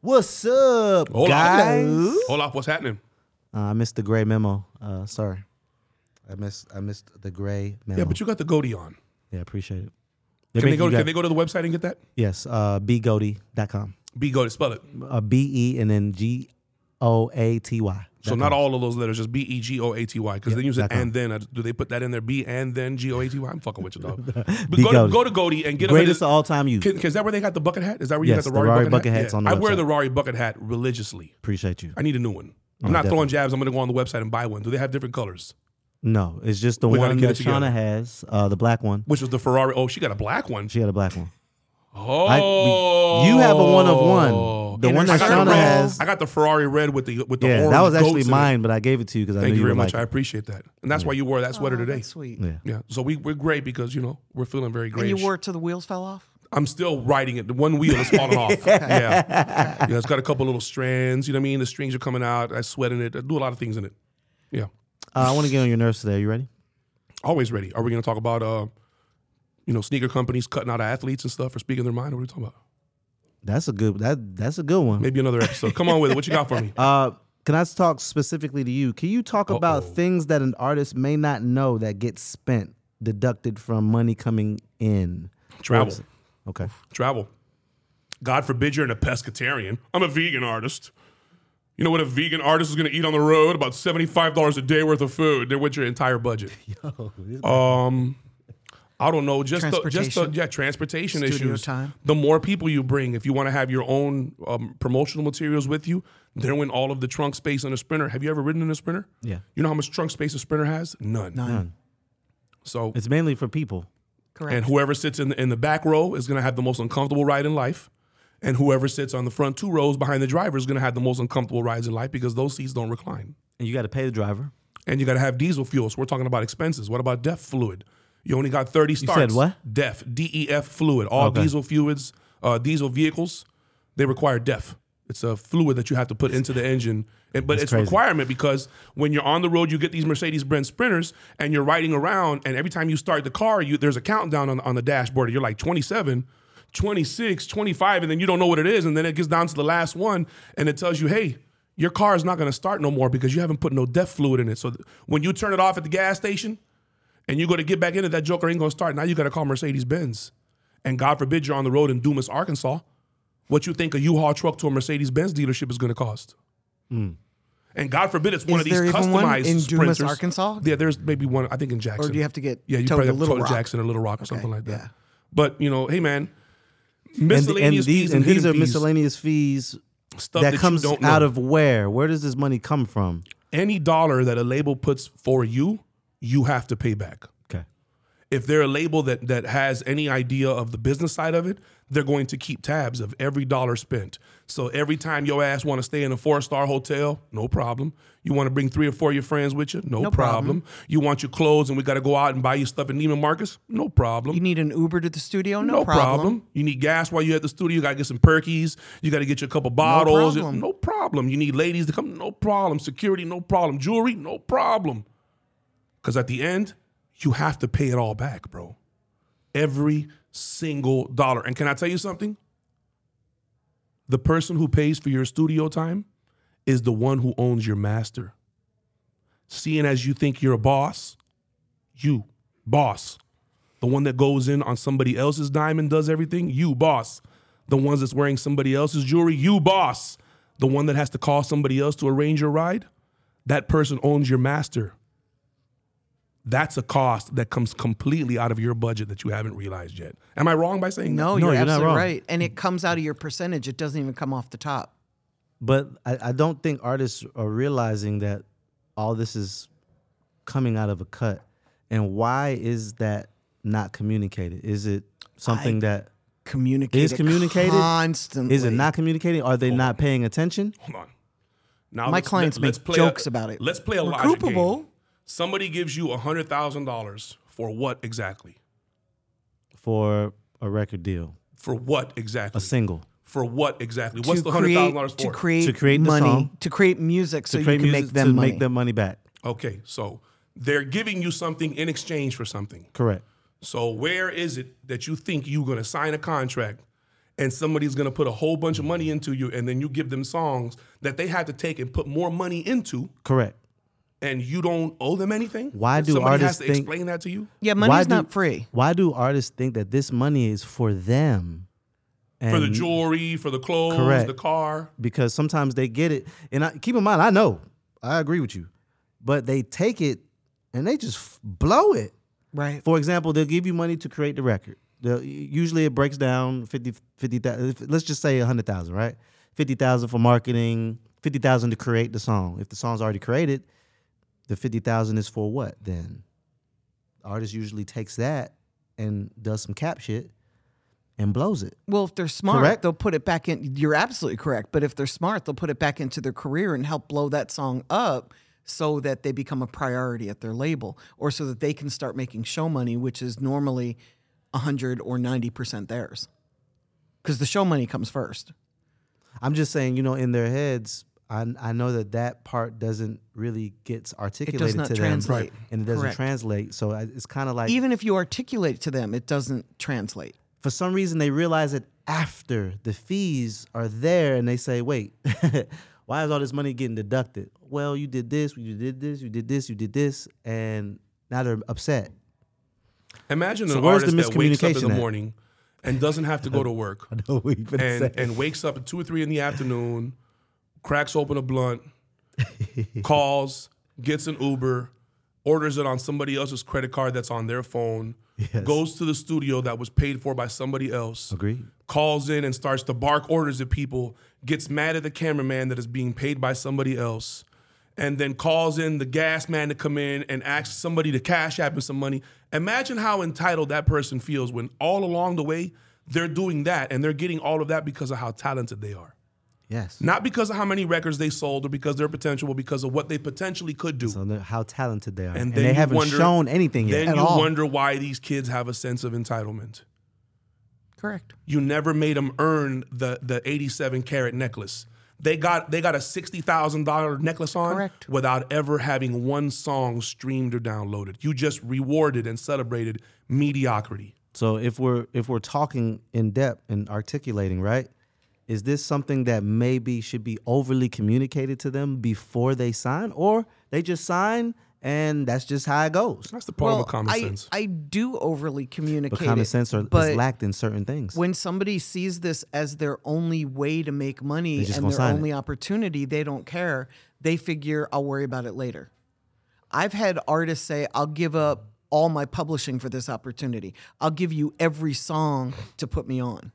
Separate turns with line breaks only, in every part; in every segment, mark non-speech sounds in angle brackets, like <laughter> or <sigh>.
What's up,
Hold
guys?
on. Hold off. What's happening?
Uh, I missed the gray memo. Uh, sorry, I missed I missed the gray memo.
Yeah, but you got the goatee on.
yeah, appreciate it.
Can they go? Can they go to the website and get that?
Yes, uh, bgoaty.com.
B goatee. Spell it.
Uh, B E and then G O A T Y.
So not all of those letters, just B E G O A T Y, because they use it
dot com.
and then. Uh, Do they put that in there? B and then G O A T Y. I'm fucking with you, dog.
<laughs>
But
B
go, to,
Goatee.
go to Goatee and get
Greatest of
a.
all time use.
Can, is that where they got the bucket hat? Is that where
Yes,
you got
the
the Rory,
Rory
bucket,
bucket
hat?
hat's on the
I wear
website. Oh,
the Rory bucket hat religiously.
Appreciate you.
I need a new one. I'm not throwing jabs. I'm going to go on the website and buy one. Do they have different colors?
No, it's just the
We gotta
one
get
that
it together.
Shauna has, uh, the black one.
Which was the Ferrari? Oh, she got a black one.
She had a black one. I-
Oh,
we- you have a one of one. The
I
one
got
that
the
Shauna
red-
has.
I got the Ferrari red with the with the
Yeah,
orange
that was
goats
actually
in it.
mine, but I gave it to you because I
Thank
knew
you
you
very
would
much.
like
I
it.
appreciate that, and that's why you wore that sweater
Oh,
today.
That's sweet.
Yeah.
Yeah, so we we're great because you know we're feeling very
And
great.
you wore it till the wheels fell off.
I'm still riding it. The one wheel is falling off.
<laughs>
Yeah, yeah, it's got a couple little strands. You know what I mean? The strings are coming out. I sweat in it. I do a lot of things in it. Yeah,
Uh, I want to get on your nerves today. You ready?
always ready. Are we going to talk about uh, you know, sneaker companies cutting out athletes and stuff for speaking their mind? What are we talking about?
That's a good. That that's a good one.
Maybe another episode. Come on with it. What you
<laughs>
got for me?
Uh, can I talk specifically to you? Can you talk about things that an artist may not know that gets spent, deducted from money coming in?
Travel.
Okay.
travel. God forbid you're in a pescatarian. I'm a vegan artist. You know what a vegan artist is going to eat on the road? About $75 a day worth of food. Then what's your entire budget? um, I don't know. Just the, just the
Transportation.
yeah transportation
Studio
issues.
time.
The more people you bring, if you want to have your own um, promotional materials with you, they're in all of the trunk space on a sprinter. Have you ever ridden in a sprinter?
Yeah.
You know how much trunk space a sprinter has? None.
None.
So
It's mainly for people.
Correct.
and whoever sits in the, in the back row is going to have the most uncomfortable ride in life. And whoever sits on the front two rows behind the driver is going to have the most uncomfortable rides in life because those seats don't recline.
And you got to pay the driver.
And you got to have diesel fuel. So we're talking about expenses. What about DEF fluid? You only got 30 starts.
said what?
DEF, DEF E fluid. All
Okay.
diesel fluids, uh, diesel vehicles, they require DEF. It's a fluid that you have to put into the engine. And, but it's
crazy.
requirement because when you're on the road, you get these Mercedes-Benz Sprinters and you're riding around and every time you start the car, you there's a countdown on, on the dashboard. You're like 27, 26, 25, and then you don't know what it is. And then it gets down to the last one and it tells you, hey, your car is not going to start no more because you haven't put no def fluid in it. So th- when you turn it off at the gas station, and you go to get back into that Joker ain't gonna start. Now you gotta call Mercedes Benz. And God forbid you're on the road in Dumas, Arkansas. What you think a U-Haul truck to a Mercedes Benz dealership is gonna cost? And God forbid it's one
Is
of these
there even one
customized
in Dumas,
sprinters.
Arkansas?
Yeah, there's maybe one. I think in Jackson.
or do you have to get
yeah, you
towed
probably
to
have to
Little
go to
Rock?
Jackson or Little Rock or something like that.
yeah.
But you know, hey man,
And, and
miscellaneous
these
fees
and these
hidden
are
fees,
miscellaneous fees
stuff
that,
you
comes
don't know.
out of where? Where does this money come from?
any dollar that a label puts for you, you have to pay back.
Okay.
if they're a label that that has any idea of the business side of it, they're going to keep tabs of every dollar spent. So every time your ass want to stay in a four star hotel, no problem. You want to bring three or four of your friends with you, no,
No
problem.
problem.
You want your clothes and we got to go out and buy you stuff at Neiman Marcus, no problem.
You need an Uber to the studio? No,
no problem. You need gas while you're at the studio. You got to get some perkies. You got to get you a couple bottles.
problem.
no problem. You need ladies to come. No problem. Security. No problem. Jewelry. No problem. Because at the end, you have to pay it all back, bro. Every single dollar. And can I tell you something? The person who pays for your studio time is the one who owns your master. Seeing as you think you're a boss, you, boss. The one that goes in on somebody else's dime and does everything, you, boss. The ones that's wearing somebody else's jewelry, you, boss. The one that has to call somebody else to arrange your ride, that person owns your master. That's a cost that comes completely out of your budget that you haven't realized yet. Am I wrong by saying
No,
that?
you're,
you're not
absolutely
wrong.
right. And it comes out of your percentage. It doesn't even come off the top.
But I, I don't think artists are realizing that all this is coming out of a cut. And why is that not communicated? Is it something that
Communicated.
Is communicated?
constantly.
is it not communicating? Are they not paying attention?
Hold on. Now
My
let's-
clients
let's
make
play
jokes
a-
about it.
Let's play a logic game.
Recoupable.
Somebody gives you hundred thousand dollars for what exactly?
for a record deal,
For what exactly?
a single.
for what exactly? What's
to
the hundred
create-
thousand dollars for?
To create,
To create the
money,
song.
to create music
to
so you
create
can
music
make them
to
money.
make them money back.
okay, so they're giving you something in exchange for something.
Correct.
So where is it that you think you're going to sign a contract and somebody's gonna put a whole bunch of money into you, and then you give them songs that they had to take and put more money into,
Correct.
and you don't owe them anything.
Why
And
do
somebody
artists
has to
think-
explain that to you?
Yeah,
Why
money's
do-
not free.
Why do artists think that this money is for them? And
For the jewelry, for the clothes,
Correct.
the car.
because sometimes they get it. And I, keep in mind, I know, I agree with you, but they take it and they just f- blow it.
Right.
For example, they'll give you money to create the record. They'll, usually it breaks down 50, 50,000, if- let's just say 100,000, right? 50,000 for marketing, 50,000 to create the song. If the song's already created, the 50,000 is for what then? The artist usually takes that and does some cap shit and blows it.
Well, if they're smart,
Correct.
they'll put it back in. You're absolutely correct. But if they're smart, they'll put it back into their career and help blow that song up so that they become a priority at their label or so that they can start making show money, which is normally 100 or 90% theirs. Because the show money comes first.
I'm just saying, you know, in their heads, I, I know that that part doesn't really gets articulated
not
to them,
translate. Right.
and it doesn't
Correct.
translate. So I, it's kind of like
Even if you articulate to them, it doesn't translate.
for some reason they realize it after the fees are there, and they say, "Wait, <laughs> why is all this money getting deducted?" Well, you did this, you did this, you did this, you did this, and now they're upset. <laughs>
Imagine
So
an
where's the
artist that wakes up in the
miscommunication at?
morning and doesn't have to go to
<laughs>
work
No, we even
and,
say-
and wakes up at two or three in the afternoon, cracks open
<laughs>
a blunt, calls, gets an Uber, orders it on somebody else's credit card that's on their phone,
Yes.
goes to the studio that was paid for by somebody else,
Agreed.
calls in and starts to bark orders at people, gets mad at the cameraman that is being paid by somebody else, and then calls in the gas man to come in and asks somebody to cash app him some money. Imagine how entitled that person feels when all along the way they're doing that and they're getting all of that because of how talented they are.
yes.
Not because of how many records they sold or because their potential, but because of what they potentially could do.
So they're- how talented they are, and,
then
they
you
haven't
wonder-
shown anything yet
then
at
you
all.
wonder why these kids have a sense of entitlement.
Correct.
You never made them earn the the 87 carat necklace. They got they got a sixty thousand dollar necklace on
Correct.
without ever having one song streamed or downloaded. You just rewarded and celebrated mediocrity.
So if we're if we're talking in depth and articulating, right? Is this something that maybe should be overly communicated to them before they sign or they just sign and that's just how it goes?
That's the problem with
Well,
common
I,
sense.
I do overly communicate.
But common
it,
sense are,
but-
is lacked in certain things.
when somebody sees this as their only way to make money
just
and
gonna
their
sign it.
only opportunity, they don't care. They figure, I'll worry about it later. I've had artists say, I'll give up all my publishing for this opportunity. I'll give you every song to put me on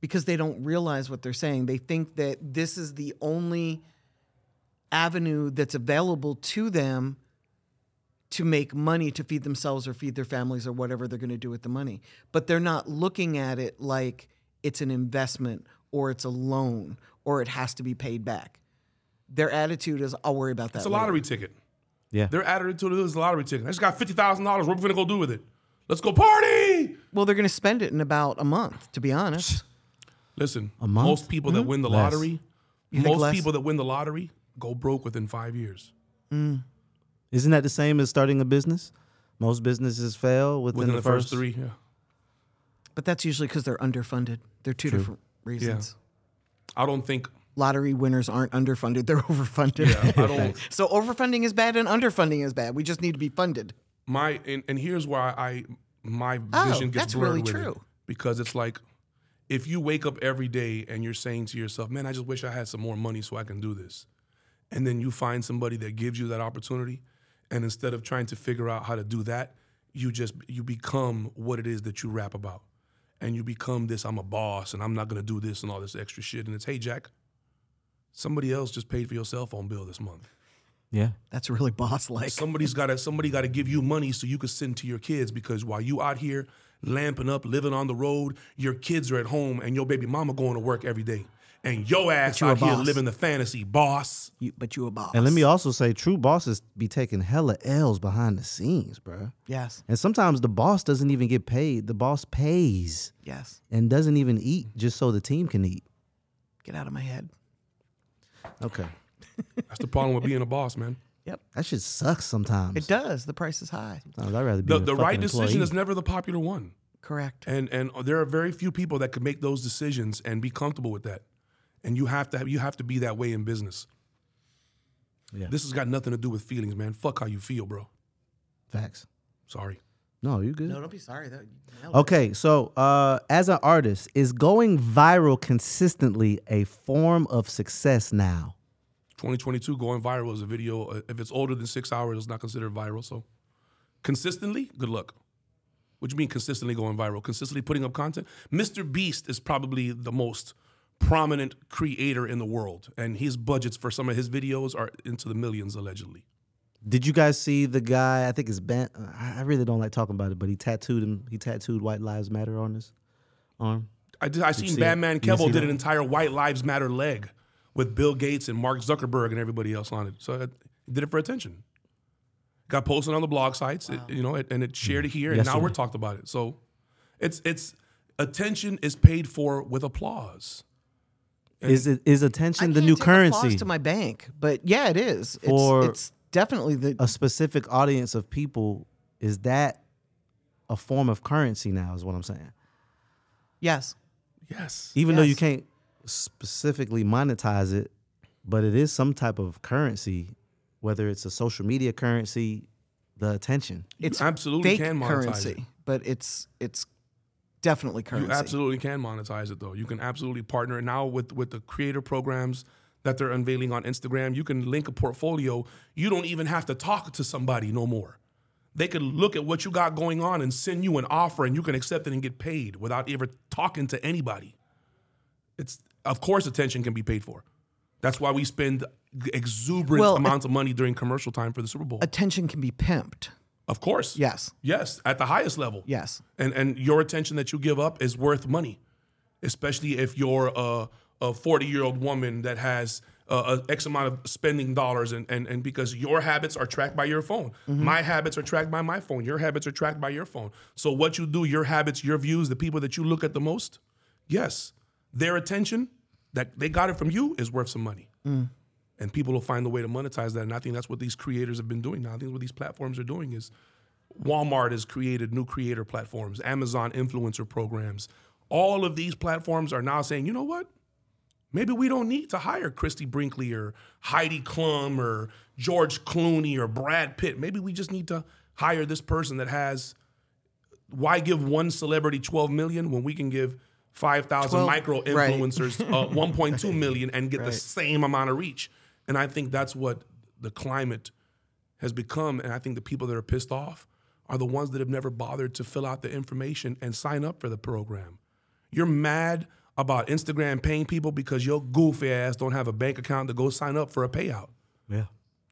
because they don't realize what they're saying. They think that this is the only avenue that's available to them to make money to feed themselves or feed their families or whatever they're going to do with the money. But they're not looking at it like it's an investment or it's a loan or it has to be paid back. Their attitude is, I'll worry about that.
it's a lottery ticket.
Yeah.
Their attitude is a lottery ticket. I just got fifty thousand dollars. What are we gonna go do with it? Let's go party.
Well, they're going to spend it in about a month, to be honest.
Listen,
month?
most people that win the
Less.
lottery,
You think
most
less?
people that win the lottery go broke within five years.
Isn't that the same as starting a business? Most businesses fail within,
Within the, first,
first
three. Yeah.
But that's usually because they're underfunded. They're two different reasons.
I don't think
Lottery winners aren't underfunded, they're <laughs> overfunded.
I don't
<laughs> so overfunding is bad and underfunding is bad. We just need to be funded.
my and, and here's why I my
Oh,
vision gets
that's
blurred
really
with it.
true.
because it's like if you wake up every day and you're saying to yourself, "Man, I just wish I had some more money so I can do this," and then you find somebody that gives you that opportunity, and instead of trying to figure out how to do that, you just you become what it is that you rap about, and you become this. I'm a boss, and I'm not gonna do this and all this extra shit. And it's, hey, Jack, somebody else just paid for your cell phone bill this month.
Yeah.
That's really <laughs> boss like.
Somebody's got to somebody got to give you money so you can send to your kids because while you out here lamping up, living on the road, your kids are at home and your baby mama going to work every day, and your ass
you a
out here
boss.
living the fantasy, boss.
You, but you a boss.
And let me also say true bosses be taking hella L's behind the scenes, bruh.
Yes.
And sometimes the boss doesn't even get paid. The boss pays
Yes.
and doesn't even eat just so the team can eat.
Get out of my head.
Okay.
That's the problem with being a boss, man.
Yep.
That shit sucks sometimes.
It does. The price is high.
Sometimes I'd rather be
The,
a
the
fucking
right decision
employee.
is never the popular one.
Correct.
and and there are very few people that could make those decisions and be comfortable with that and you have to have, you have to be that way in business
Yeah.
this has got nothing to do with feelings man fuck how you feel bro
Facts.
sorry
No, you good.
No, don't be sorry. That,
Okay, so uh, as an artist, is going viral consistently a form of success now?
2022 going viral is a video uh, if it's older than six hours it's not considered viral so consistently good luck what do you mean consistently going viral consistently putting up content mr beast is probably the most prominent creator in the world and his budgets for some of his videos are into the millions allegedly
Did you guys see the guy? I think it's Ben. I I really don't like talking about it, but he tattooed him. He tattooed "White Lives Matter" on his arm.
I, did, I seen
see
Batman
it? You
Kevo
see
did
that?
an entire White Lives Matter leg with Bill Gates and Mark Zuckerberg and everybody else on it. So I did it for attention. Got posted on the blog sites, it- you know, it- and it shared it here, and now
Mm. Yesterday.
we're talked about it. So it's it's attention is paid for with applause.
Is it is attention the new currency?
to my bank, but yeah, it is. It's,
For-
it's definitely the
a specific audience of people is that a form of currency now? Is what I'm saying.
yes.
Yes,
Even though you
Yes.
can't specifically monetize it, but it is some type of currency, whether it's a social media currency, the attention.
It's
absolutely
fake
can monetize
currency,
it.
but it's it's definitely currency.
You absolutely can monetize it though. You can absolutely partner now with with the creator programs that they're unveiling on Instagram. You can link a portfolio. You don't even have to talk to somebody no more. They can look at what you got going on and send you an offer and you can accept it and get paid without ever talking to anybody. It's of course attention can be paid for. That's why we spend exuberant
Well,
amounts of money during commercial time for the Super Bowl.
Attention can be pimped.
Of course.
Yes.
Yes, at the highest level
Yes.
and and your attention that you give up is worth money, especially if you're a a 40 year old woman that has uh, a X amount of spending dollars and, and and because your habits are tracked by your phone, my habits are tracked by my phone, your habits are tracked by your phone. So what you do, your habits, your views, the people that you look at the most, yes, their attention that they got it from you is worth some money. And people will find a way to monetize that. And I think that's what these creators have been doing now. I think what these platforms are doing is Walmart has created new creator platforms, Amazon influencer programs. All of these platforms are now saying, you know what? Maybe we don't need to hire Christy Brinkley or Heidi Klum or George Clooney or Brad Pitt. Maybe we just need to hire this person that has. Why give one celebrity 12 million when we can give 5,000
Twelve-
micro
right.
influencers
<laughs>
uh, 1.2 million and get the same amount of reach? And I think that's what the climate has become. And I think the people that are pissed off are the ones that have never bothered to fill out the information and sign up for the program. You're mad about Instagram paying people because your goofy ass don't have a bank account to go sign up for a payout.
Yeah.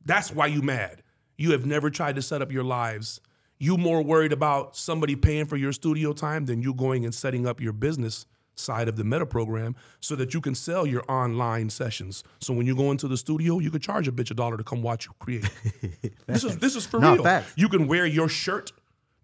That's why you mad. You have never tried to set up your lives. You more worried about somebody paying for your studio time than you going and setting up your business side of the meta program so that you can sell your online sessions. So when you go into the studio, you could charge a bitch a dollar to come watch you create. this is this is for
No,
real.
facts.
You can wear your shirt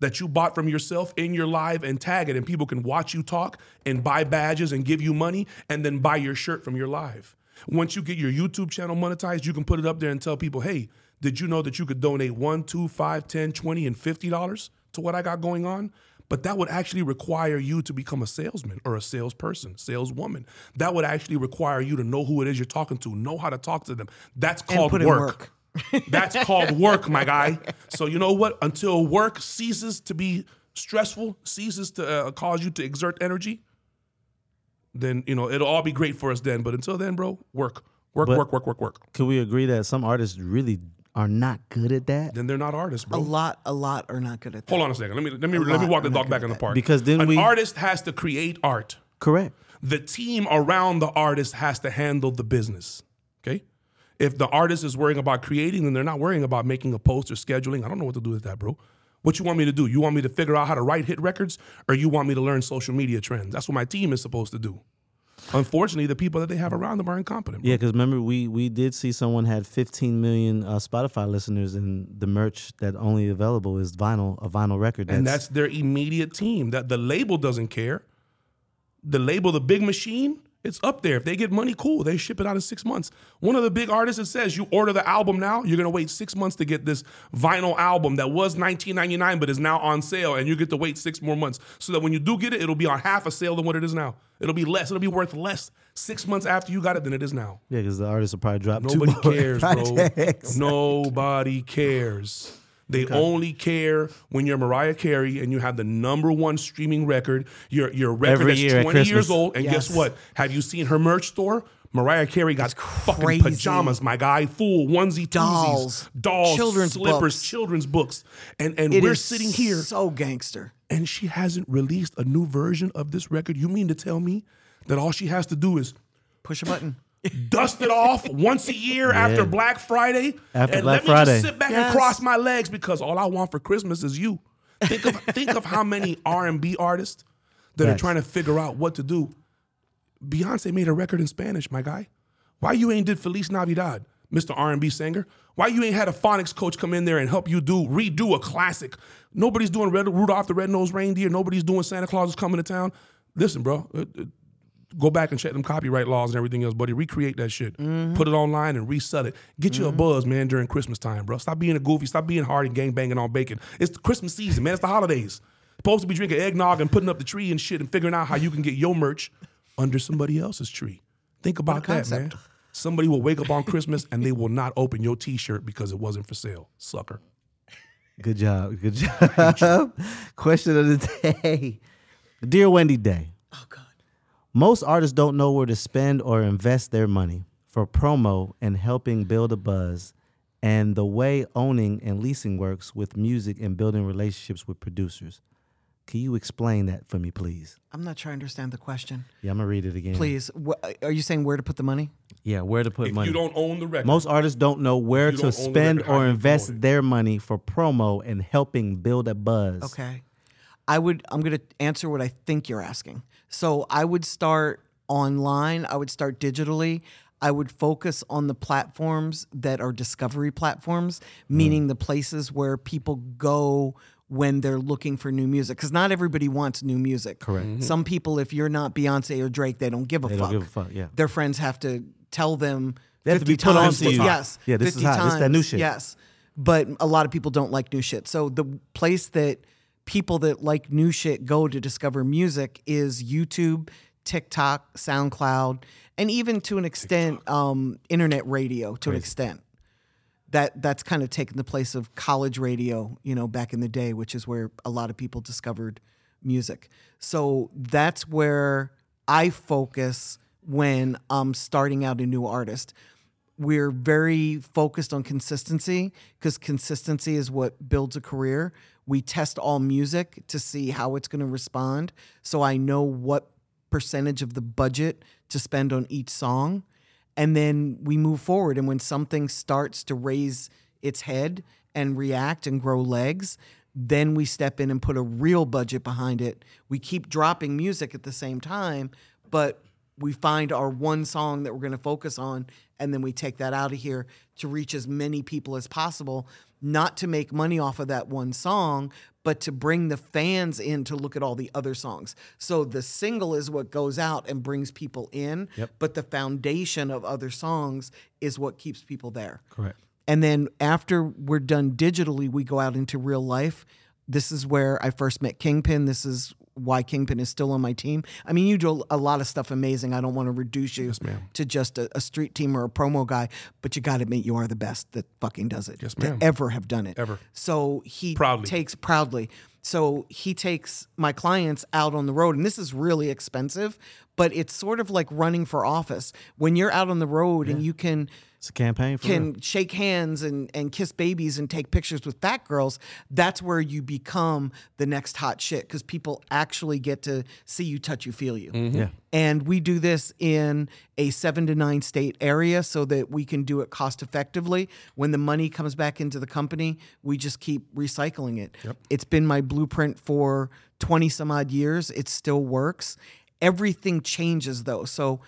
that you bought from yourself in your live and tag it, and people can watch you talk and buy badges and give you money and then buy your shirt from your live. Once you get your YouTube channel monetized, you can put it up there and tell people, hey, did you know that you could donate one, two, five, 10, 20, and fifty dollars to what I got going on? But that would actually require you to become a salesman or a salesperson, saleswoman. That would actually require you to know who it is you're talking to, know how to talk to them. That's called
put in
work. That's called work, my guy. So you know what? Until work ceases to be stressful, ceases to uh, cause you to exert energy, then you know it'll all be great for us then. But until then, bro, work, work,
But-
work, work, work, work.
Could we agree that some artists really are not good at that?
Then they're not artists,
A
bro.
lot, a lot are not good at that.
Hold on a second. Let me let me let me
lot.
walk the
I'm not
dog
good
back
at
in the
that.
park.
Because then
an
we-
artist has to create art.
Correct.
the team around the artist has to handle the business. Okay. If the artist is worrying about creating, then they're not worrying about making a post or scheduling. I don't know what to do with that, bro. What you want me to do? You want me to figure out how to write hit records or you want me to learn social media trends? That's what my team is supposed to do. Unfortunately, the people that they have around them are incompetent.
Yeah, because remember we we did see someone had 15 million uh, Spotify listeners, and the merch that only available is vinyl, a vinyl record. That's,
and that's their immediate team. That the label doesn't care. The label, the big machine, It's up there. If they get money, cool. They ship it out in six months. One of the big artists that says you order the album now, you're gonna wait six months to get this vinyl album that was 19.99 but is now on sale, and you get to wait six more months so that when you do get it, it'll be on half a sale than what it is now. It'll be less. It'll be worth less six months after you got it than it is now.
Yeah, because the artists will probably drop
Nobody
two more
cares,
<laughs> projects.
bro. Nobody cares. They only care when you're Mariah Carey and you have the number one streaming record. Your your record
Every
that's
year at
20 years
Christmas.
old. And guess
Yes.
what? Have you seen her merch store? Mariah Carey got fucking
crazy.
pajamas, my guy. Full onesie,
Dolls.
twosies, dolls,
Children's
slippers,
books.
children's books, and and
It
we're
is
sitting here
so gangster.
and she hasn't released a new version of this record. You mean to tell me that all she has to do is
Push a
<laughs>
button.
dust it off once a year after Black Friday.
After
and
Black
let me
Friday.
just sit back and
Yes.
cross my legs because all I want for Christmas is you. Think of think of how
<laughs>
many R and B artists that are
Facts.
trying to figure out what to do. Beyonce made a record in Spanish, my guy. Why you ain't did Feliz Navidad, Mr. R and B singer? Why you ain't had a phonics coach come in there and help you do redo a classic? Nobody's doing Red, Rudolph the Red-Nosed Reindeer. Nobody's doing Santa Claus is coming to town. Listen, bro, uh, uh, go back and check them copyright laws and everything else, buddy. Recreate that shit.
Mm-hmm.
Put it online and resell it. Get you a buzz, man, during Christmas time, bro. Stop being a goofy. Stop being hard and gang banging on bacon. It's the Christmas season, man. It's the holidays. Supposed to be drinking eggnog and putting up the tree and shit and figuring out how you can get your merch under somebody else's tree. Think about that, man.
concept.
Somebody will wake
<laughs>
up on Christmas and they will not open your T-shirt because it wasn't for sale, sucker.
Good job. Good job. <laughs> Question of the day. Dear Wendy Day,
Oh God.
most artists don't know where to spend or invest their money for promo and helping build a buzz and the way owning and leasing works with music and building relationships with producers. Can you explain that for me, please?
I'm not sure I understand the question.
Yeah, I'm gonna read it again.
Please, wh- are you saying where to put the money?
Yeah, where to put
If
money.
you don't own the record,
Most artists don't know where
you
to
don't own the
spend
record, how do
or
you
invest
promote it?
their money for promo and helping build a buzz.
Okay. I would I'm going to answer what I think you're asking. So I would start online, I would start digitally. I would focus on the platforms that are discovery platforms,
Mm.
meaning the places where people go when they're looking for new music cuz not everybody wants new music. Correct. Some people if you're not Beyonce or Drake, they don't give a
Mm-hmm. They
fuck.
don't give a fuck. Yeah.
Their friends have to tell them
They have to be
50
put on
times
to
what-
you.
Yes.
Yeah, this is
50
hot. This is that
times,
new shit.
Yes. But a lot of people don't like new shit. So the place that people that like new shit go to discover music is YouTube, TikTok, SoundCloud, and even to an extent, um, internet radio to an extent. That that's kind of taken the place of college radio, you know, back in the day, which is where a lot of people discovered music. So that's where I focus when I'm starting out a new artist we're very focused on consistency because consistency is what builds a career. We test all music to see how it's going to respond. So I know what percentage of the budget to spend on each song. And then we move forward. And when something starts to raise its head and react and grow legs, then we step in and put a real budget behind it. We keep dropping music at the same time, but we find our one song that we're going to focus on and then we take that out of here to reach as many people as possible not to make money off of that one song but to bring the fans in to look at all the other songs so the single is what goes out and brings people in but the foundation of other songs is what keeps people there
Correct.
and then after we're done digitally, we go out into real life. This is where I first met Kingpin. This is why Kingpin is still on my team. I mean, you do a lot of stuff amazing. I don't want to reduce you to just a, a street team or a promo guy, but you got to admit you are the best that fucking does it. Yes,
ma'am.
To ever have done it.
Ever.
So he
Proudly.
takes proudly. So he takes my clients out on the road, and this is really expensive, but it's sort of like running for office. When you're out on the road and you can
It's a campaign for real.
can shake hands and, and kiss babies and take pictures with fat girls, that's where you become the next hot shit because people actually get to see you, touch you, feel you.
Yeah.
And we do this in a seven to nine state area so that we can do it cost effectively. When the money comes back into the company, we just keep recycling it. It's been my blueprint for 20 some odd years. It still works. Everything changes though. So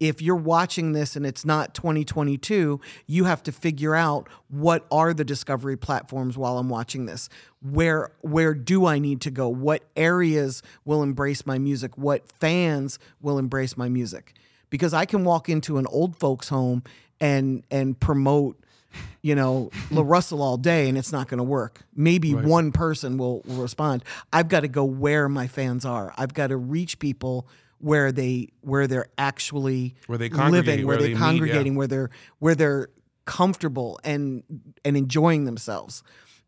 if you're watching this and it's not 2022, you have to figure out what are the discovery platforms while I'm watching this. Where where do I need to go? What areas will embrace my music? What fans will embrace my music? because I can walk into an old folks home and and promote
<laughs>
you know La Russell all day and it's not going to work. Maybe one person will, will respond. I've got to go where my fans are. I've got to reach people where they where they're actually
Where they congregate,
living,
where
where,
they
they're
meet, yeah.
congregating, where they're where they're comfortable and and enjoying themselves.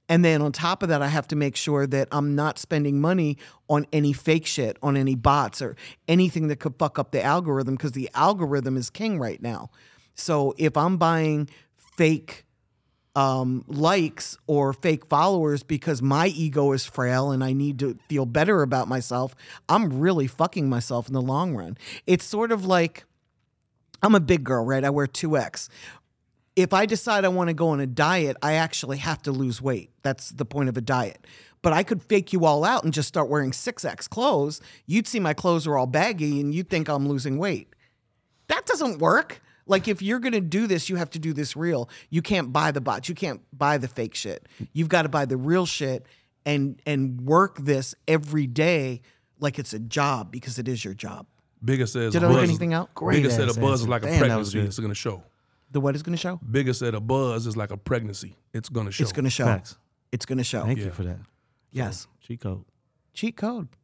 And then on top of that, I have to make sure that I'm not spending money on any fake shit, on any bots or anything that could fuck up the algorithm because the algorithm is king right now. So if I'm buying fake um, likes or fake followers because my ego is frail and I need to feel better about myself, I'm really fucking myself in the long run. It's sort of like I'm a big girl, right? I wear 2X. If I decide I want to go on a diet, I actually have to lose weight. That's the point of a diet. But I could fake you all out and just start wearing 6X clothes. You'd see my clothes are all baggy and you'd think I'm losing weight that doesn't work. Like if you're gonna do this, you have to do this real. You can't buy the bots. You can't buy the fake shit. You've got to buy the real shit and and work this every day like it's a job because it is your job.
Bigger says
Did
a
I leave
buzz-
anything out?
Great
Bigger said a
ass
buzz is
answer.
like a
Damn, that was
pregnancy.
good.
It's gonna show.
The what is gonna show?
Bigger said a buzz is like a pregnancy. It's gonna show.
It's gonna show.
Facts.
It's gonna show.
Thank
Yeah.
you for that.
Yes.
Cheat code.
Cheat code.